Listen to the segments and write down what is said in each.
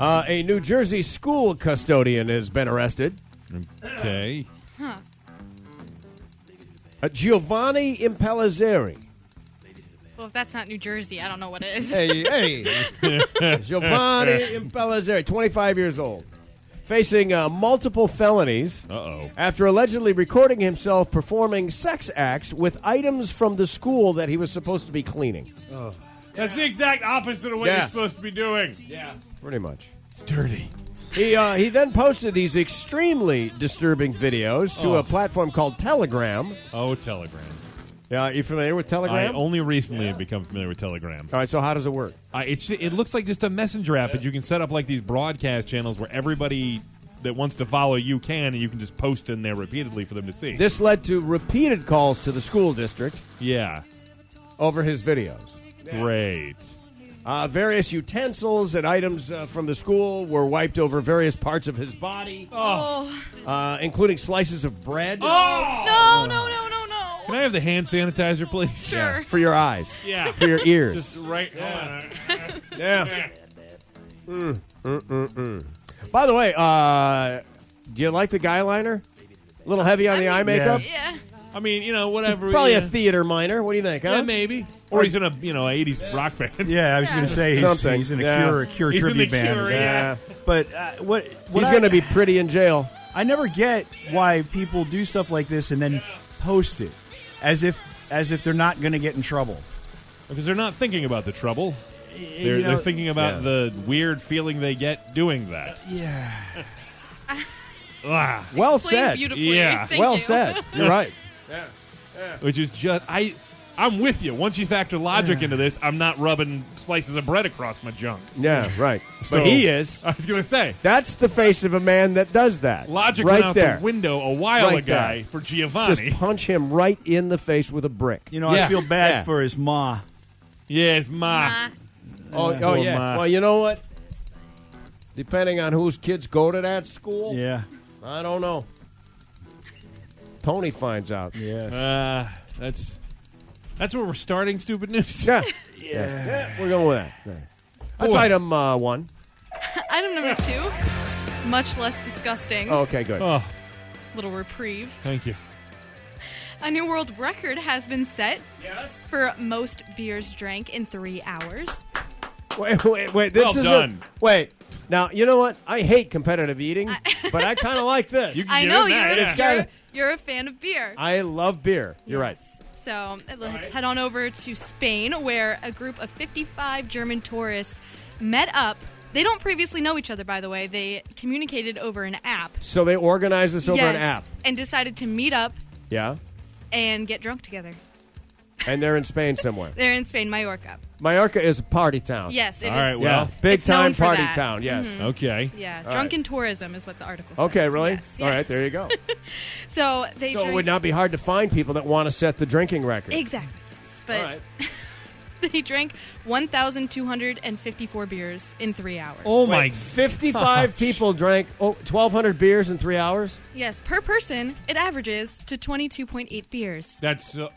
Uh, a New Jersey school custodian has been arrested. Okay. Uh, Giovanni Impellizzeri. Well, if that's not New Jersey, I don't know what is. Hey, hey. Giovanni Impellizzeri, 25 years old, facing uh, multiple felonies Uh oh. after allegedly recording himself performing sex acts with items from the school that he was supposed to be cleaning. That's the exact opposite of what Yeah. you're supposed to be doing. Pretty much. It's dirty. He, uh, he then posted these extremely disturbing videos to Oh. a platform called Telegram. Oh, Telegram. Yeah, are you familiar with I Telegram? All only recently have become familiar with Telegram. right, so how does it work? I, it's, it looks like just a messenger app, but you can set up like these broadcast channels where everybody that wants to follow you can, and you can just post in there repeatedly for them to see. This led to repeated calls to the school district yeah. over his videos. Great. Uh, various utensils and items uh, from the school were wiped over various parts of his body, Oh. uh, including slices of bread No, no, no, no, no. Can I have the hand sanitizer, please? Sure. for your eyes, Yeah. for your ears. Just right. Yeah. yeah. Mm, mm, mm, mm. By the way, uh, do you like the guy liner? A little heavy on the eye makeup. Yeah. I mean, you know, whatever. Probably yeah. a theater minor. What do you think? Huh? uh, Yeah, maybe. Or he's in a you know '80s rock band. Yeah, I was going to say he's, Something. he's in a Yeah. Cure, a Cure He's in tribute the band. Cure, or yeah. something. But uh, what, what He's I- going to be pretty in jail. I never get why people do stuff like this and then post it as if as if they're not going to get in trouble. Because they're not thinking about the trouble. They're, You know- they're thinking about the weird feeling they get doing that. Uh, Yeah. Ah, Well Explained said. Beautifully. Yeah. Thank well you. said. You're right. which is just I. I'm with you. Once you factor logic into this, I'm not rubbing slices of bread across my junk. Yeah, right. So- but he is. I was gonna say That's the face of a man that does that. logic right went out there. the window a while Right ago there. for Just Giovanni. punch him right in the face with a brick. You know, Yeah. I feel bad Yeah. for his ma. yes, ma. Nah. Oh, oh yeah. my. Well, you know what? Depending on whose kids go to that school, Yeah. I don't know. Tony finds out. Yeah. Uh, that's that's where we're starting. Stupid news. Yeah. yeah. Yeah, We're going with that. Yeah. That's Boy. item uh, one. Item number two. Much less disgusting. Oh, okay, good. Oh, Little reprieve. thank you. A new world record has been set. Yes. For most beers drank in three hours. Wait, wait, wait. This Well is done. A, wait. Now, you know what? I hate competitive eating, but I kind of like this. You can I give know it you're, back, yeah. you're, gotta- you're a fan of beer. I love beer. You're right. So let's head on over to Spain, where a group of 55 German tourists met up. They don't previously know each other, by the way. They communicated over an app. So they organize this over yes, an app. And decided to meet up Yeah. and get drunk together. And they're in Spain somewhere. They're in Spain, Mallorca. Mallorca is a party town. Yes, it is. All right, well- Yeah. Big It's known time for party that. town. Yes. Okay. Yeah, right. drunken tourism is what the article says. Okay, really? Yes, All right, yes. there you go. So they so it drank- would not be hard to find people that want to set the drinking record. exactly. Yes, but All right. they drank 1,254 beers in three hours. Oh my. Wait, 55 people drank oh, 1,200 beers in three hours? Yes, per person, it averages to 22.8 beers. That's. Uh,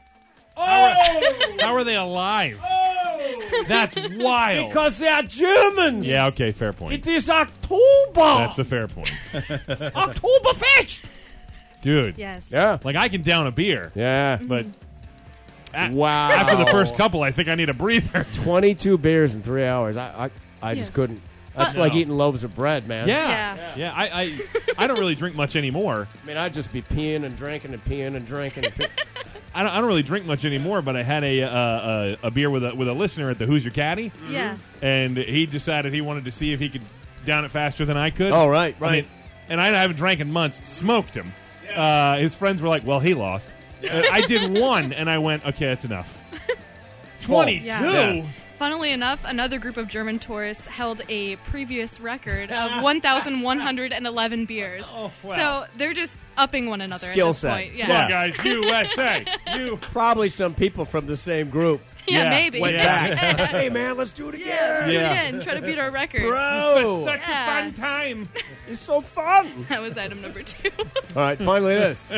oh! How are they alive? That's wild. Because they are Germans! Oh. yeah. Okay. Fair point. It is October! That's a fair point, Oktoberfest! dude. Yes. Yeah. Like I can down a beer, Yeah. but a- Wow. after the first couple, I think I need a breather. 22 beers in three hours. I, I, I Yes. just couldn't. That's But- like No. eating loaves of bread, man. Yeah. Yeah. Yeah. I, I I don't really drink much anymore. I mean, I'd just be peeing and drinking and peeing and drinking. And pe- I don't, I don't really drink much anymore. But I had a uh, uh, a beer with a with a listener at the Who's Your Caddy, Yeah. and he decided he wanted to see if he could down it faster than I could. Oh, right, I right. mean, and I haven't drank in months. Smoked him. Uh, his friends were like, "Well, he lost." And I did one, and I went, "Okay, that's enough." Twenty-two. Yeah. Funnily enough, another group of German tourists held a previous record of 1,111 beers. So they're just upping one another Skill at this set. point. Yeah. Look, Yeah. Yeah. guys, USA, you. Probably some people from the same group. yeah, maybe. went hey, man, let's do it again. Do it Yeah. again, try to beat our record. Bro, Such Yeah. a fun time. it's so fun. That was item number two. All right, finally this.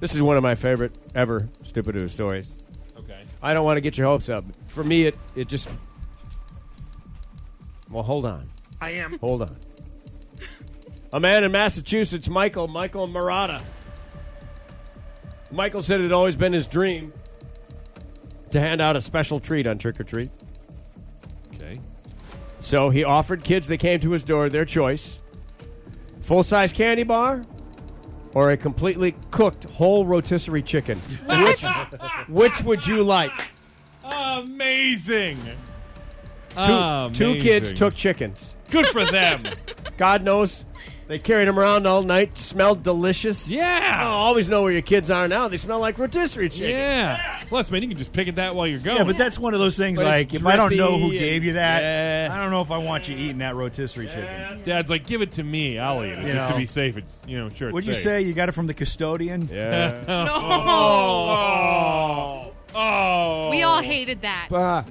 this is one of my favorite ever stupid news stories. Okay. I don't want to get your hopes up. For me, it, it just. Well, hold on. I am. Hold on. A man in Massachusetts, Michael, Michael Murata. Michael said it had always been his dream to hand out a special treat on trick or treat. Okay. So he offered kids that came to his door their choice full size candy bar or a completely cooked whole rotisserie chicken. Which, which would you like? Amazing. Two, two kids Amazing. took chickens. Good for them. God knows. They carried them around all night, smelled delicious. I yeah. always know where your kids are now. They smell like rotisserie chicken. Yeah. Plus, man, you can just pick at that while you're going. Yeah, but that's one of those things. But it's like, if I don't know who drippy gave you that, Yeah. I don't know if I want you eating that rotisserie chicken. Dad's like, give it to me. I'll eat it You just to know. be safe. It's, you know, sure. It's What'd you safe. say? You got it from the custodian? Yeah. no. Oh. Oh. We all hated that. Oh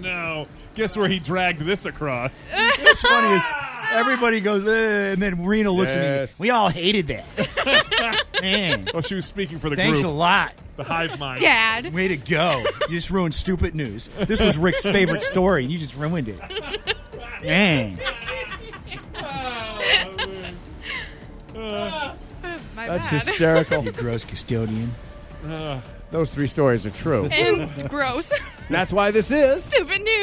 no. Guess where he dragged this across? What's funny is everybody goes, "Ugh," and then Rena looks at me. Yes. We all hated that. Man, Oh, she was speaking for the thanks a group, lot. the hive mind. Dad. Way to go. You just ruined stupid news. This was Rick's favorite story, and you just ruined it. Man. My That's bad. hysterical. You gross custodian. Those three stories are true. and gross. That's why this is Stupid news.